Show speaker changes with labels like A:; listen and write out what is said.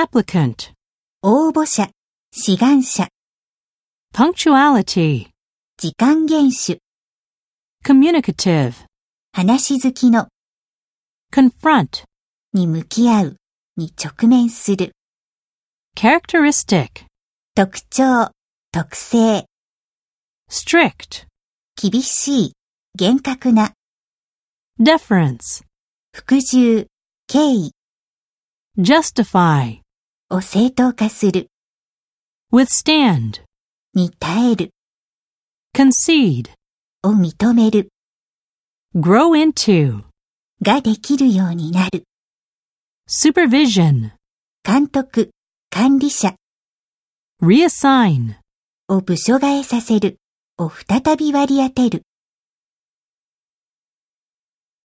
A: applicant,
B: 応募者、志願者、
A: punctuality,
B: 時間厳守、
A: communicative,
B: 話好きの、
A: confront,
B: に向き合う、に直面する、
A: characteristic,
B: 特徴、特性、
A: strict,
B: 厳しい、厳格な、
A: deference,
B: 服従、敬意
A: justify,
B: を正当化する、
A: withstand,
B: に耐える、
A: concede,
B: を認める、
A: grow into,
B: ができるようになる、
A: supervision,
B: 監督、管理者
A: reassign.
B: を部署替えさせる、を再び割り当てる。